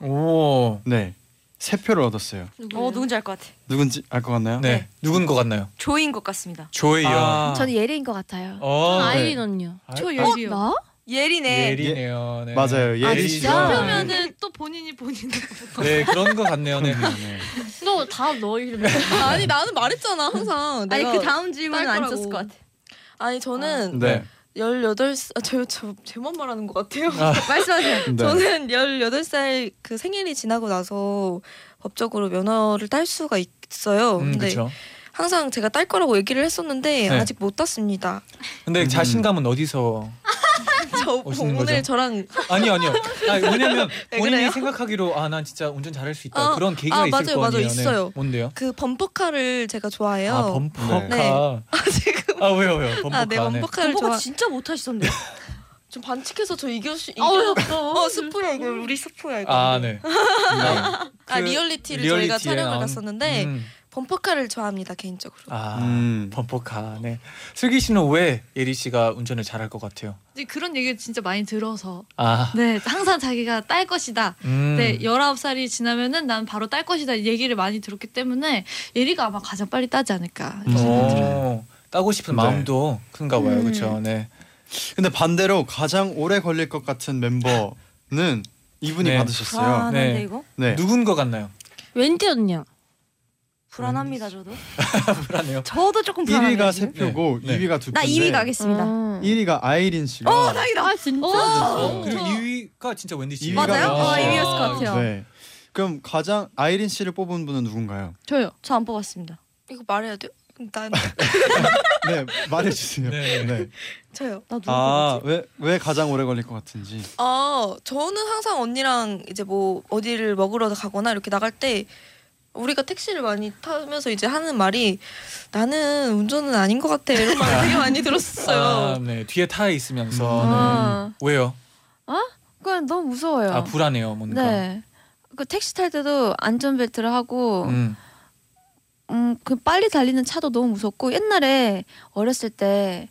오. 네. 세 표를 얻었어요. 어 누군지 알 것 같아. 누군지 알 것 같나요? 네. 누군 것 같나요? 조이인 것 같습니다. 조이요. 아. 저는 예리인 것 같아요. 어, 네. 아이린 언니요. 저 어, 예리요. 나? 예리네. 예리네요. 네. 맞아요. 아, 예리 진짜? 씨가 그러면은 또 본인이 본인을 네 그런 것 같네요. 네. 아, 너다 너 이름. 아니 나는 말했잖아 항상. 아니, 내가 그 다음 질문은 딸 안 거라고. 줬을 것 같아. 아니 저는 네. 18살 아, 저, 저 제만 말하는 것 같아요. 아. 말씀하세요. 네. 저는 18살 그 생일이 지나고 나서 법적으로 면허를 딸 수가 있어요. 음, 그쵸. 항상 제가 딸 거라고 얘기를 네. 했었는데 아직 못 땄습니다. 근데 자신감은 어디서? 저 오시는 오늘 거죠? 저랑 아니 아니요. 아니, 왜냐면 왜 본인이 그래요? 생각하기로 아 난 진짜 운전 잘할 수 있다 아, 그런 계기가 아, 있을 맞아요, 거 맞아요. 아니에요. 있어요. 네. 뭔데요? 그 범퍼카를 제가 좋아해요. 아 범퍼카. 네. 아 지금. 아 왜요 왜요 범퍼카. 아, 네, 범퍼카를 범퍼카 좋아. 진짜 못 하시던데. 좀 반칙해서 저 이겨 수 이겨. 어우, 어, 스포야 이거 우리 스포야 이거. 아 네. 아, 아 그 리얼리티를 리얼리티에 저희가 촬영을 나온- 갔었는데 음. 범퍼카를 좋아합니다 개인적으로. 아 음. 범퍼카. 네. 슬기 씨는 왜 예리 씨가 운전을 잘할 것 같아요? 이제 그런 얘기를 진짜 많이 들어서 아. 네 항상 자기가 딸 것이다. 음. 네 19살이 지나면은 난 바로 딸 것이다 얘기를 많이 들었기 때문에 예리가 아마 가장 빨리 따지 않을까. 음. 네. 오, 따고 싶은 네. 마음도 큰가 봐요. 음. 그렇죠. 네. 근데 반대로 가장 오래 걸릴 것 같은 멤버는 이분이 네. 받으셨어요. 아, 난데 이거? 네. 누군 것 같나요? 웬디 언니요. 불안합니다 저도. 불안해요. 저도 조금 불안해요. 1위가 지금. 세 네. 표고 2위가 두 표. 나 2위 가겠습니다. 1위가 아이린 씨가. 어 다행이다. 아 진짜. 그리고 2위가 진짜 웬디 씨. 이위가 맞아요? 웬디 어, 씨. 이위였을 것 같아요. 네. 그럼 가장 아이린 씨를 뽑은 분은 누군가요? 저요. 저 안 뽑았습니다. 이거 말해야 돼요? 난 네, 말해주세요. 네. 저요. 나 아왜 왜 가장 오래 걸릴 것 같은지. 어. 아 저는 항상 언니랑 이제 뭐 어디를 먹으러 가거나 이렇게 나갈 때 우리가 택시를 많이 타면서 이제 하는 말이 나는 운전은 아닌 것 같아 이런 말 되게 많이 들었어요. 아, 네. 뒤에 타 있으면서. 아. 네. 왜요? 어? 그냥 너무 무서워요. 아 불안해요 뭔가. 네. 그 택시 탈 때도 안전벨트를 하고 음. 음, 그 빨리 달리는 차도 너무 무섭고 옛날에 어렸을 때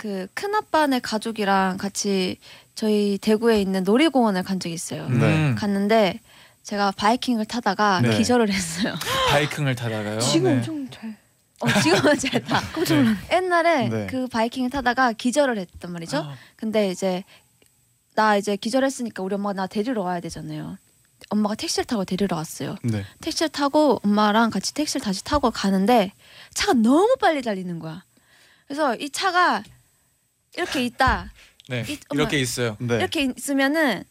그 큰아빠네 가족이랑 같이 저희 대구에 있는 놀이공원을 간 적이 있어요. 네. 갔는데 제가 바이킹을 타다가 네. 기절을 했어요. 바이킹을 타다가요. 지금 네. 엄청 잘. 어, 지금은 잘 타. 깜짝 놀랐네. 옛날에 네. 그 바이킹을 타다가 기절을 했단 말이죠. 아. 근데 이제 나 이제 기절했으니까 우리 엄마가 나 데리러 와야 되잖아요. 엄마가 택시를 타고 데리러 왔어요. 네. 택시를 타고 엄마랑 같이 택시를 다시 타고 가는데 차가 너무 빨리 달리는 거야. 그래서 이 차가 이렇게 있다. 네. 이- 어머. 이렇게 있어요. 이렇게 있으면은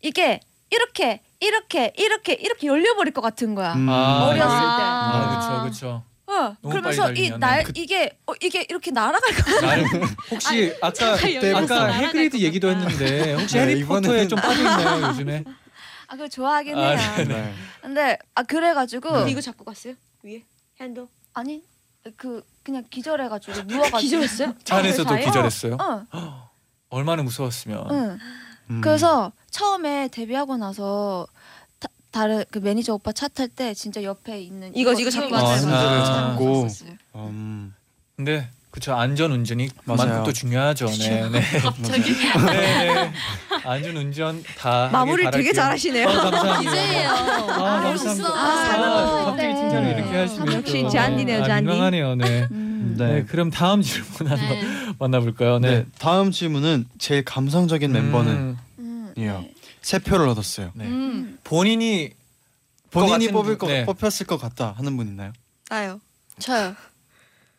이게 이렇게 이렇게 이렇게 이렇게 열려버릴 것 같은 거야. 음. 아, 어렸을 때. 네. 아, 그렇죠, 그렇죠. 어, 너무 그러면서 빨리 달리면, 이날 네. 그- 이게 어, 이게 이렇게 날아갈 거. 나를 혹시 아까 차가 열려서 아까 날아갈 해그리드 얘기도 했는데 혹시 네, 해리포터에 이번에는- 좀 빠져 있나요 요즘에? 아 그거 좋아하긴 해요. 아, 네. 음. 근데 아 그래가지고 근데 이거 잡고 갔어요? 위에 핸드. 아니 그 그냥 기절해가지고 아, 누워가지고 기절했어요? 차 안에서도 아, 네, 자요? 기절했어요? 어, 얼마나 무서웠으면. 응. 음. 그래서 처음에 데뷔하고 나서 다, 다른 그 매니저 오빠 차 탈 때 진짜 옆에 있는 이거, 이거 잡고 아, 맞아요. 핸들을 맞아요. 잡고. 잡았었어요. 음. 근데 그렇죠. 안전 운전이 맞아요. 만큼 또 중요하죠. 네, 네. 갑자기. 네, 네. 안전 운전 다 하길 마무리 되게 바랄게요. 잘하시네요. 어, 감사합니다. 이제예요. 어, 아, 감사합니다. 멋있어. 아, 갑자기 칭찬을 이렇게 하시면 역시 또, 잔디네요, 아, 잔디. 민망하네요. 네. 음. 음, 네. 그럼 다음 질문 한번 만나볼까요? 네. 다음 질문은 제일 감성적인 네, 음. 멤버는 이요. 세 표를 얻었어요. 음. 본인이 것 본인이 같은 뽑을 거 분- 네. 뽑혔을 것 같다 하는 분 있나요? 나요. 저요.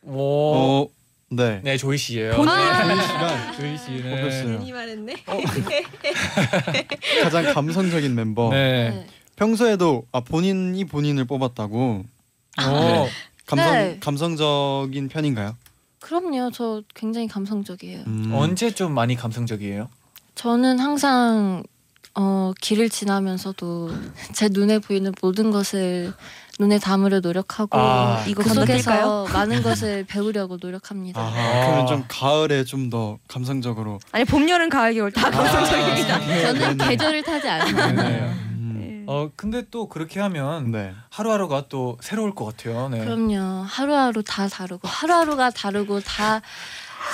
오. 어, 네. 네, 조이 씨예요. 본인 네. 조이 아. 씨가 조이 씨 네. 뽑혔어요. 말했네. 가장 감성적인 멤버. 네. 평소에도 아 본인이 본인을 뽑았다고. 어, 네. 감성 네. 감성적인 편인가요? 그럼요. 저 굉장히 음. 감성적이에요. 언제 좀 많이 감성적이에요? 저는 항상 어, 길을 지나면서도 제 눈에 보이는 모든 것을 눈에 담으려 노력하고 아, 이거 건너뛸까요? 속에서 많은 것을 배우려고 노력합니다. 아, 그러면 좀 가을에 좀 더 감성적으로. 아, 네, 아니 봄, 여름, 가을, 겨울 다 감성적입니다. 아, 네, 저는 네. 계절을 타지 않아요. 음. 어 근데 또 그렇게 하면 네. 하루하루가 또 새로울 것 같아요. 네. 그럼요. 하루하루 다 다르고 하루하루가 다르고 다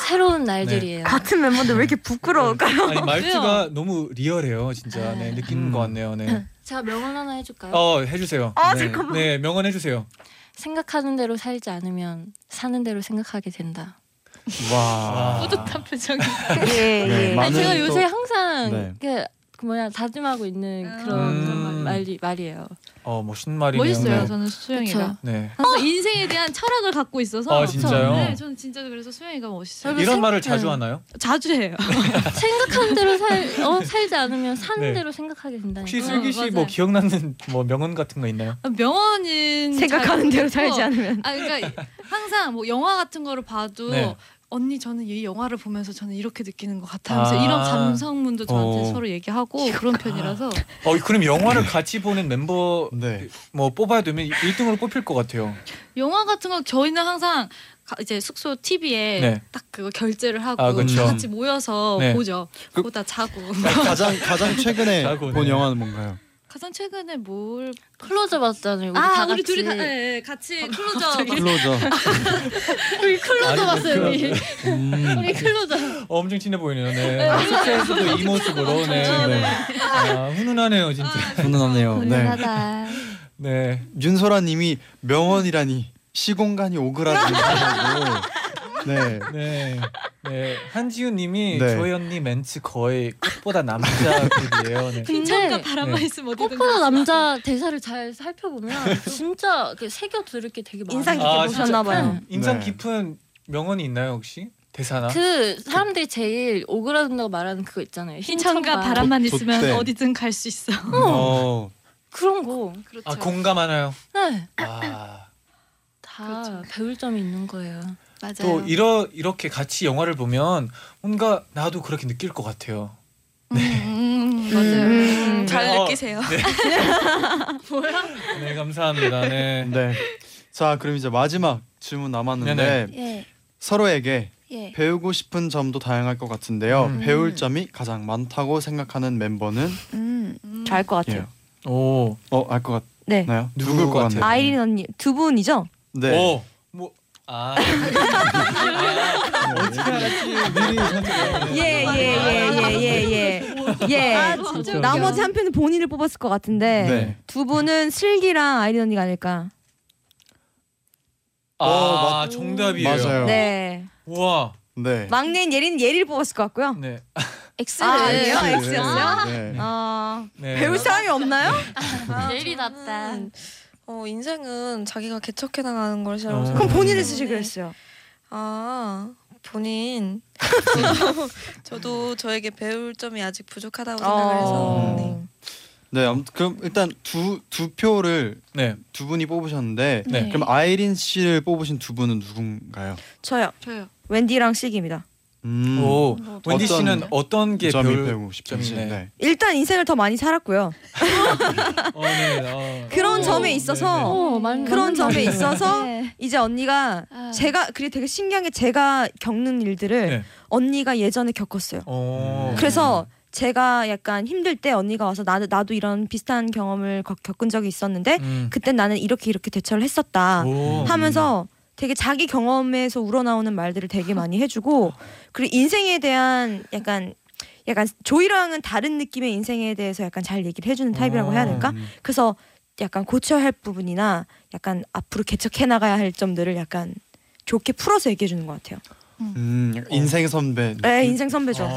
새로운 네. 날들이에요. 같은 멤버인데 왜 이렇게 부끄러울까요? 아니 말투가 너무 리얼해요, 진짜. 네, 느끼는 음. 것 같네요. 네. 제가 명언 하나 해줄까요? 어 해주세요. 아, 네. 잠깐만. 네, 명언 해주세요. 생각하는 대로 살지 않으면 사는 대로 생각하게 된다. 아. 와. 뿌듯한 네, 표정이. 예, 네, 예. 아니, 제가 많은 요새 또- 항상 네. 그, 그 뭐야 다짐하고 있는 그런 음. 말이 말이에요. 어 멋있는 말이네요. 멋있어요, 네. 저는 수영이가. 네. 항상 인생에 대한 철학을 갖고 있어서. 아, 진짜요? 네, 저는 네. 진짜 그래서 수영이가 멋있어요. 이런 말을 자주 하나요? 자주 해요. 생각하는 대로 살, 어, 살지 않으면 사는 네. 대로 생각하게 된다. 혹시 어, 슬기 씨 뭐 기억나는 뭐 명언 같은 거 있나요? 명언은 생각하는 대로 잘 모르겠고, 살지 않으면. 아 그러니까 항상 뭐 영화 같은 거를 봐도 네. 언니 저는 이 영화를 보면서 저는 이렇게 느끼는 것 같아면서 아. 이런 감성문도 저한테 어. 서로 얘기하고 그런 편이라서 어 그럼 영화를 같이 보는 멤버 네. 뭐 뽑아야 되면 1등으로 뽑힐 것 같아요. 영화 같은 거 저희는 항상 가- 이제 숙소 TV에 네. 딱 그거 결제를 하고 아, 그 그쵸. 다 같이 모여서 네. 보죠. 보다 자고. 아. 가장 가장 최근에 본 영화는 뭔가요? 가장 최근에 뭘 클로저 봤잖아요. 우리 아 다 우리 같이. 둘이 가, 네, 네, 어, 같이 클로저 봤- 클로저. 우리 클로저 아니, 봤어요 우리. 음. 우리 클로저. 어, 엄청 친해 보이네요. 네. 네. 숙제에서도 이 모습으로. 네. 맞아요. 네. 네. 아, 훈훈하네요, 진짜. 훈훈하네요. 네. 하다. 네. 윤소라님이 명언이라니 시공간이 오그라들고. 네. 네. 네. 한지윤 님이 네. 조혜 언니 멘트 거의 꽃보다 남자급이에요. 네. 근데 네. 있으면 어디든 꽃보다 남자 대사를 잘 살펴보면 진짜 이렇게 새겨 들을 게 되게 많아요. 아, 진짜 큰 인상 네. 깊은 명언이 있나요, 혹시? 대사나? 그 사람들이 제일 오그라든다고 말하는 그거 있잖아요. 흰천과 바람만 있으면 어디든 갈 수 있어. 어. 그런 거. 아, 공감하나요? 네. 아. 다 그렇죠. 배울 점이 있는 거예요. 맞아요. 또 이러 이렇게 같이 영화를 보면 뭔가 나도 그렇게 느낄 것 같아요. 맞아요. 음, 잘 네. 어, 느끼세요. 네. 뭐야? 네, 감사합니다. 네. 네. 자, 그럼 이제 마지막 질문 남았는데 네네. 예. 서로에게 예. 배우고 싶은 점도 다양할 것 같은데요. 음. 배울 점이 가장 많다고 생각하는 멤버는 예. 음. 잘할 것 예. 같아요. 오. 어, 알 것 네. 같나요? 누굴 것 같아요? 아이린 언니 두 분이죠? 네. 오. 뭐 아. 어떻게 알았지? 미리 선택해요. 예, 예, 예, 예, 예, 예. 예. 아, 나머지 한 편은 본인을 뽑았을 것 같은데 네. 두 분은 슬기랑 아이린 언니가 아닐까? 아, 정답이에요. 맞아요. 네. 우와. 네. 막내인 예린 예리를 뽑았을 것 같고요. 네. X. 아, 예. 아니에요? 네. X였어요? 네. 아. 네. 배울 사람이 없나요? 아, 내일이 낫다. 어 인생은 자기가 개척해 나가는 것이라고 어. 생각. 그럼 본인을 쓰지 그랬어요. 아 본인. 저도 저에게 배울 점이 아직 부족하다고 어. 생각해서. 네. 네, 아무튼 그럼 일단 두 두 표를 네. 두 분이 뽑으셨는데 네. 그럼 아이린 씨를 뽑으신 두 분은 누군가요? 저요. 저요. 웬디랑 슬기입니다. 음. 오. 웬디 어떤 씨는 어떤 게 점이 배울 배우고 싶은지. 점이네. 네. 일단 인생을 더 많이 살았고요. 어, 네. 어. 그런 오, 네, 점에 있어서 오, 맞- 그런 맞는 점에 말이에요. 있어서 네. 이제 언니가 제가 그리고 되게 신기한 게 제가 겪는 일들을 네. 언니가 예전에 겪었어요. 오. 그래서 제가 약간 힘들 때 언니가 와서 나도 나도 이런 비슷한 경험을 겪- 겪은 적이 있었는데 음. 그때 나는 이렇게 이렇게 대처를 했었다 오. 그 하면서 되게 자기 경험에서 우러나오는 말들을 되게 많이 해주고 그리고 인생에 대한 약간 약간 조이랑은 다른 느낌의 인생에 대해서 약간 잘 얘기를 해주는 타입이라고 해야 음. 될까? 그래서 약간 고쳐야 할 부분이나 약간 앞으로 개척해 나가야 할 점들을 약간 좋게 풀어서 얘기해 주는 것 같아요. 음, 어. 약간 인생 선배. 네, 인생 선배죠.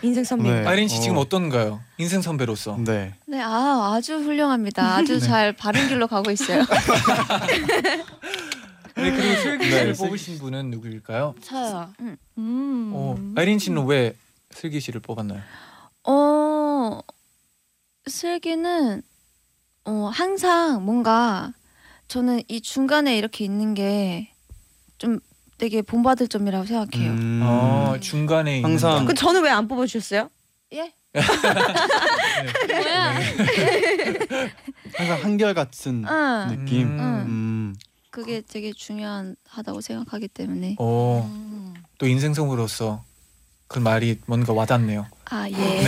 인생 선배. 아, 네. 아. 아이린 씨 지금 어. 어떤가요? 인생 선배로서. 네. 네, 아 아주 훌륭합니다. 네. 아주 잘 바른 길로 가고 있어요. 그리고 슬기 씨를 네, 슬기 뽑으신 분은 누구일까요? 음. 저요. 음. 어, 아이린 씨는 왜 슬기 씨를 뽑았나요? 어 슬기는 어 항상 뭔가 저는 이 중간에 이렇게 있는 게 좀 되게 본받을 점이라고 생각해요. 음. 어, 중간에 있는 항상 그 저는 왜 안 뽑아주셨어요? 예. 네. 뭐야? 항상 한결 같은 아. 응. 네. 느낌. 응. 음. 그게 되게 중요하다고 생각하기 때문에. 어, 또 인생 선배로서 그 말이 뭔가 와닿네요. 아 예.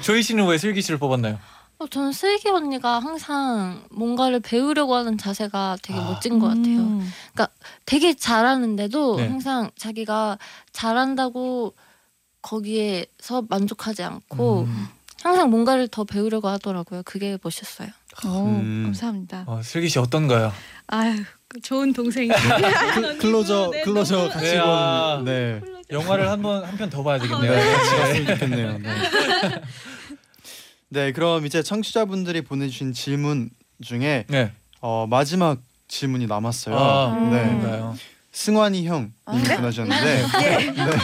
조이 씨는 왜 슬기 씨를 뽑았나요? 어, 저는 슬기 언니가 항상 뭔가를 배우려고 하는 자세가 되게 멋진 것 같아요. 그러니까 되게 잘하는데도 네. 항상 자기가 잘한다고 거기에서 만족하지 않고 음. 항상 뭔가를 더 배우려고 하더라고요. 그게 멋있어요. 오, 음. 감사합니다. 어, 슬기 씨 어떤가요? 아유 좋은 동생이. 클로저 클로저 같이 네, 아, 본 네. 영화를 한번 한 편 더 봐야 되겠네요. 네, 같이 네. 봤으면 좋겠네요. 네. 네, 그럼 이제 청취자분들이 보내주신 질문 중에 네. 어, 마지막 질문이 남았어요. 아, 네. 뭔가요? 승환이 형님이 아, 네? 보내주셨는데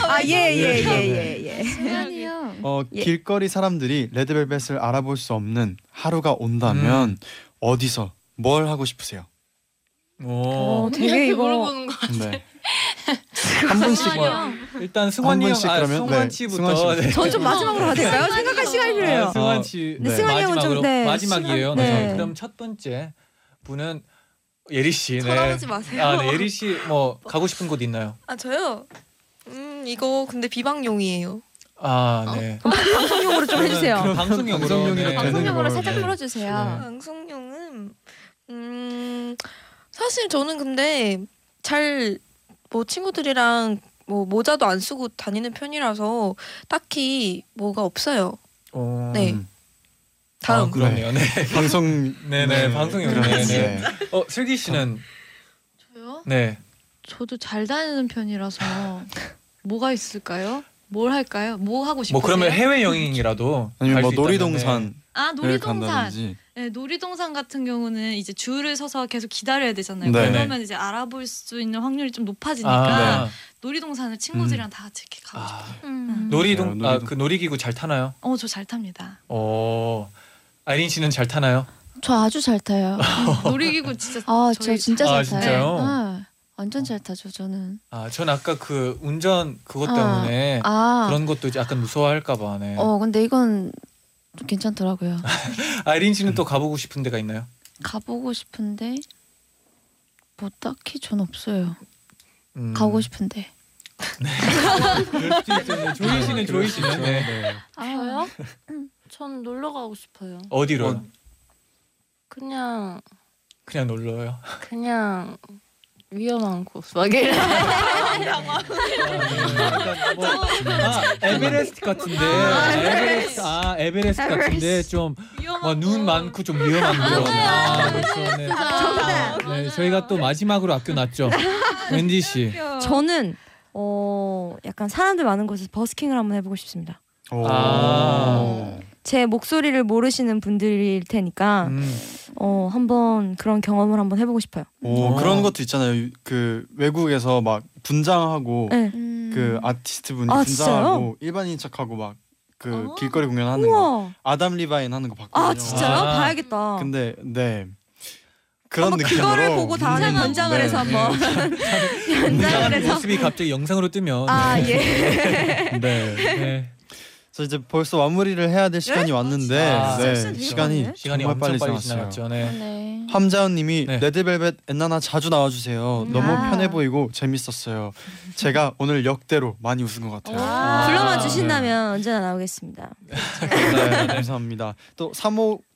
아, 예, 예, 예, 예, 예. 승환이요. 어, 예. 길거리 사람들이 레드벨벳을 알아볼 수 없는 하루가 온다면 어디서 뭘 하고 싶으세요? 오, 어, 되게 이거- 네. 한 분씩 일단 승환이 한 형, 분씩 아, 그러면? 승환 네, 씨부터. 승환 씨. 네. 어, 전 좀 마지막으로 가도 될까요? 생각할 시간이 필요해요. 아, 승환 씨, 네, 승환이 형은 좀 마지막으로 네. 마지막이에요. 승환- 네. 네. 그럼 첫 번째 분은 예리 씨. 네. 쳐다보지 마세요. 아, 네. 예리 씨 뭐 가고 싶은 곳 있나요? 아 저요. 음 이거 근데 비방용이에요. 아, 네. 방송용으로 좀 해주세요. 그럼 방송용으로, 방송용이 네. 되는 방송용으로 걸, 살짝 네. 풀어주세요. 음. 방송용은 아, 음 사실 저는 근데 잘 뭐 친구들이랑 뭐 모자도 안 쓰고 다니는 편이라서 딱히 뭐가 없어요. 어. 네. 다음. 아, 그렇네요. 네. 방송 네, 네. 방송용. 네, 네. 어, 슬기 씨는 저요? 네. 저도 잘 다니는 편이라서 뭐가 있을까요? 뭘 할까요? 뭐 하고 싶으세요? 뭐 그러면 해외 여행이라도 아니면 갈 뭐 수 있다면, 놀이동산 아 간다든지. 놀이동산. 네, 놀이동산 같은 경우는 이제 줄을 서서 계속 기다려야 되잖아요. 네. 그러면 이제 알아볼 수 있는 확률이 좀 높아지니까 아, 네. 놀이동산을 친구들이랑 다 같이 이렇게 가고 싶어요. 음. 네. 놀이동 아, 그 놀이기구 잘 타나요? 어, 저 잘 탑니다. 어. 아이린 씨는 잘 타나요? 저 아주 잘 타요. 놀이기구 진짜 아, 저 진짜 잘 아, 타요. 진짜요? 네. 완전 잘 타죠, 저는. 아, 전 아까 그 운전 그것 아, 때문에 아. 그런 것도 이제 약간 무서워할까 봐네. 어, 근데 이건 좀 괜찮더라고요. 아이린 씨는 또 가보고 싶은 데가 있나요? 가보고 싶은데 뭐 딱히 전 없어요. 음. 가고 싶은데. 네, 조이 씨는 조이 씨는 아, 네. 저요? 전 놀러 가고 싶어요. 어디로? 어, 그냥 그냥 놀러요. 그냥 위험한 곳. 막 이래. 아, 에베레스트 같은데. 아, 에베레스트. 아, 에베레스트 같은데 좀눈 많고 좀 위험한 그런. 아, 그렇죠. 네. 네, 저희가 또 마지막으로 아껴놨죠. 웬디 씨. 저는 어 약간 사람들 많은 곳에서 버스킹을 한번 해보고 싶습니다. 아. 제 목소리를 모르시는 분들일 테니까 음. 음. 어 한번 그런 경험을 한번 해보고 싶어요. 오, 오. 그런 것도 있잖아요. 그 외국에서 막 분장하고 네. 음. 그 아티스트 분이 아, 분장하고 진짜요? 아. 일반인 척하고 막 그 길거리 공연하는 거 우와. 아담 리바인 하는 거 봤거든요. 아 진짜요? 봐야겠다. 음. 근데 네 그런 한번 느낌으로 네. 그거를 보고 다음에 연장을 해서 한번 연장을 이상한 해서 아, 모습이 갑자기 영상으로 뜨면. 아, 네. 예. 네. 네. 자, 저 이제 벌써 마무리를 해야 될 시간이 왔는데 아, 네, 진짜 되게 시간이 빠르네. 시간이 정말 엄청 빨리 빨리 지나갔어요. 지나갔죠, 네. 함자은님이 레드벨벳 엔나나 자주 나와주세요. 너무 편해 보이고 재밌었어요. 제가 오늘 역대로 많이 웃은 것 같아요. 네. 불러만 주신다면 언제나 나오겠습니다. 네, 감사합니다. 또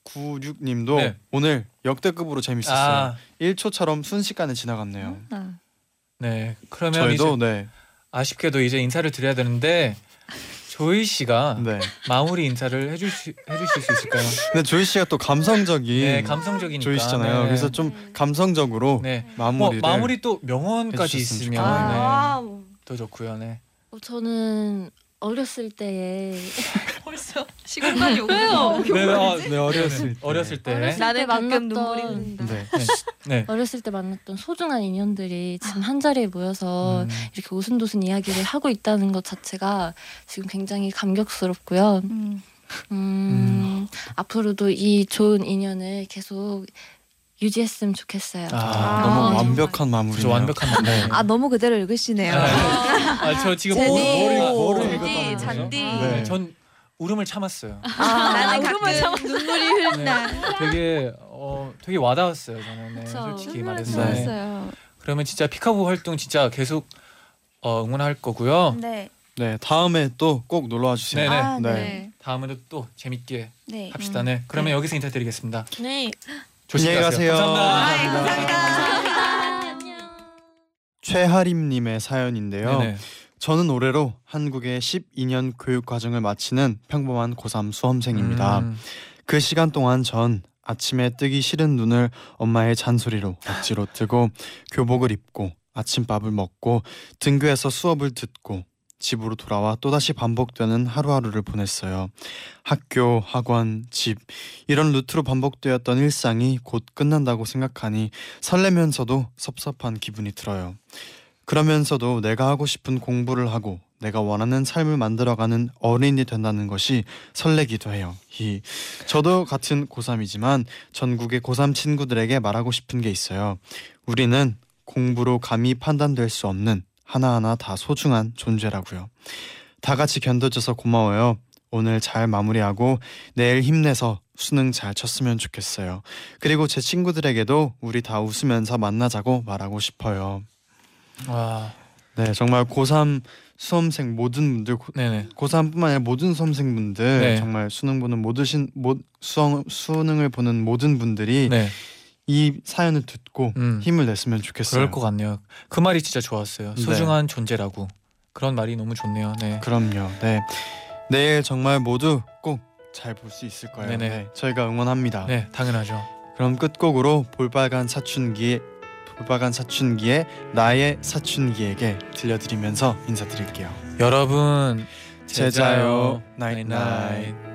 3596님도 오늘 역대급으로 재밌었어요. 네. 아. 1초처럼 순식간에 지나갔네요. 아. 네. 그러면 저희도 이제 네. 아쉽게도 이제 인사를 드려야 되는데 조이 씨가 네. 마무리 인사를 해줄 수 해주실 수 있을까요? 근데 조이 씨가 또 감성적인 네, 감성적이니까. 예. 조이 씨잖아요. 네. 그래서 좀 감성적으로 마무리를 뭐 마무리 또 명언까지 해주셨으면 있으면 좋겠네요. 네. 아. 더 좋고요. 네. 어, 저는 어렸을 때에 벌써 시간만이 오고 네, 아, 어, 네, 어렸을 때. 어렸을 때. 나를 만났던 네. 네. 어렸을 때 만났던 소중한 인연들이 지금 한 자리에 음. 모여서 음. 이렇게 오순도순 이야기를 하고 있다는 것 자체가 지금 굉장히 감격스럽고요. 음. 음. 앞으로도 이 좋은 인연을 계속 유지했으면 좋겠어요. 아, 네. 너무 네. 완벽한 마무리. 저 완벽한 마무리. 아 네. 너무 그대로 읽으시네요. 아, 저 지금 제니. 머리가 제니, 머리가 네, 잔디. 네, 전 울음을 참았어요. 아, 아, 네. 나는 가끔 눈물이 흘린다. 되게 어 되게 와닿았어요 저는 네, 그쵸. 솔직히 눈물을 말해서. 참았어요. 그러면 진짜 피카보 활동 진짜 계속 어, 응원할 거고요. 네. 네, 다음에 또 꼭 놀러 와 주세요. 네네. 아, 다음에도 또 재밌게 네. 합시다. 음. 네. 그러면 네. 여기서 인사드리겠습니다. 네. 조심히 안녕히 가세요. 감사합니다. 네, 최하림님의 사연인데요. 네네. 저는 올해로 한국의 12년 교육 과정을 마치는 평범한 고3 음. 수험생입니다. 그 시간 동안 전 아침에 뜨기 싫은 눈을 엄마의 잔소리로 억지로 뜨고 교복을 입고 아침밥을 먹고 등교해서 수업을 듣고 집으로 돌아와 또다시 반복되는 하루하루를 보냈어요. 학교, 학원, 집 이런 루트로 반복되었던 일상이 곧 끝난다고 생각하니 설레면서도 섭섭한 기분이 들어요. 그러면서도 내가 하고 싶은 공부를 하고 내가 원하는 삶을 만들어가는 어른이 된다는 것이 설레기도 해요. 히. 저도 같은 고3이지만 전국의 고3 친구들에게 말하고 싶은 게 있어요. 우리는 공부로 감히 판단될 수 없는 하나하나 다 소중한 존재라고요. 다 같이 견뎌줘서 고마워요. 오늘 잘 마무리하고 내일 힘내서 수능 잘 쳤으면 좋겠어요. 그리고 제 친구들에게도 우리 다 웃으면서 만나자고 말하고 싶어요. 와. 네, 정말 고3 수험생 모든 분들 고, 고3뿐만 아니라 모든 수험생분들 네. 정말 수능 보는 모든 모, 수능 수능을 보는 모든 분들이 네. 이 사연을 듣고 음. 힘을 냈으면 좋겠어요. 그럴 것 같네요. 그 말이 진짜 좋았어요. 네. 소중한 존재라고. 그런 말이 너무 좋네요. 네. 그럼요. 네. 내일 정말 모두 꼭 잘 볼 수 있을 거예요. 네네. 네, 저희가 응원합니다. 네, 당연하죠. 그럼 끝곡으로 볼빨간 사춘기의 볼빨간 사춘기의 나의 사춘기에게 들려드리면서 인사드릴게요. 여러분 제자요 나잇나잇. 나잇나잇.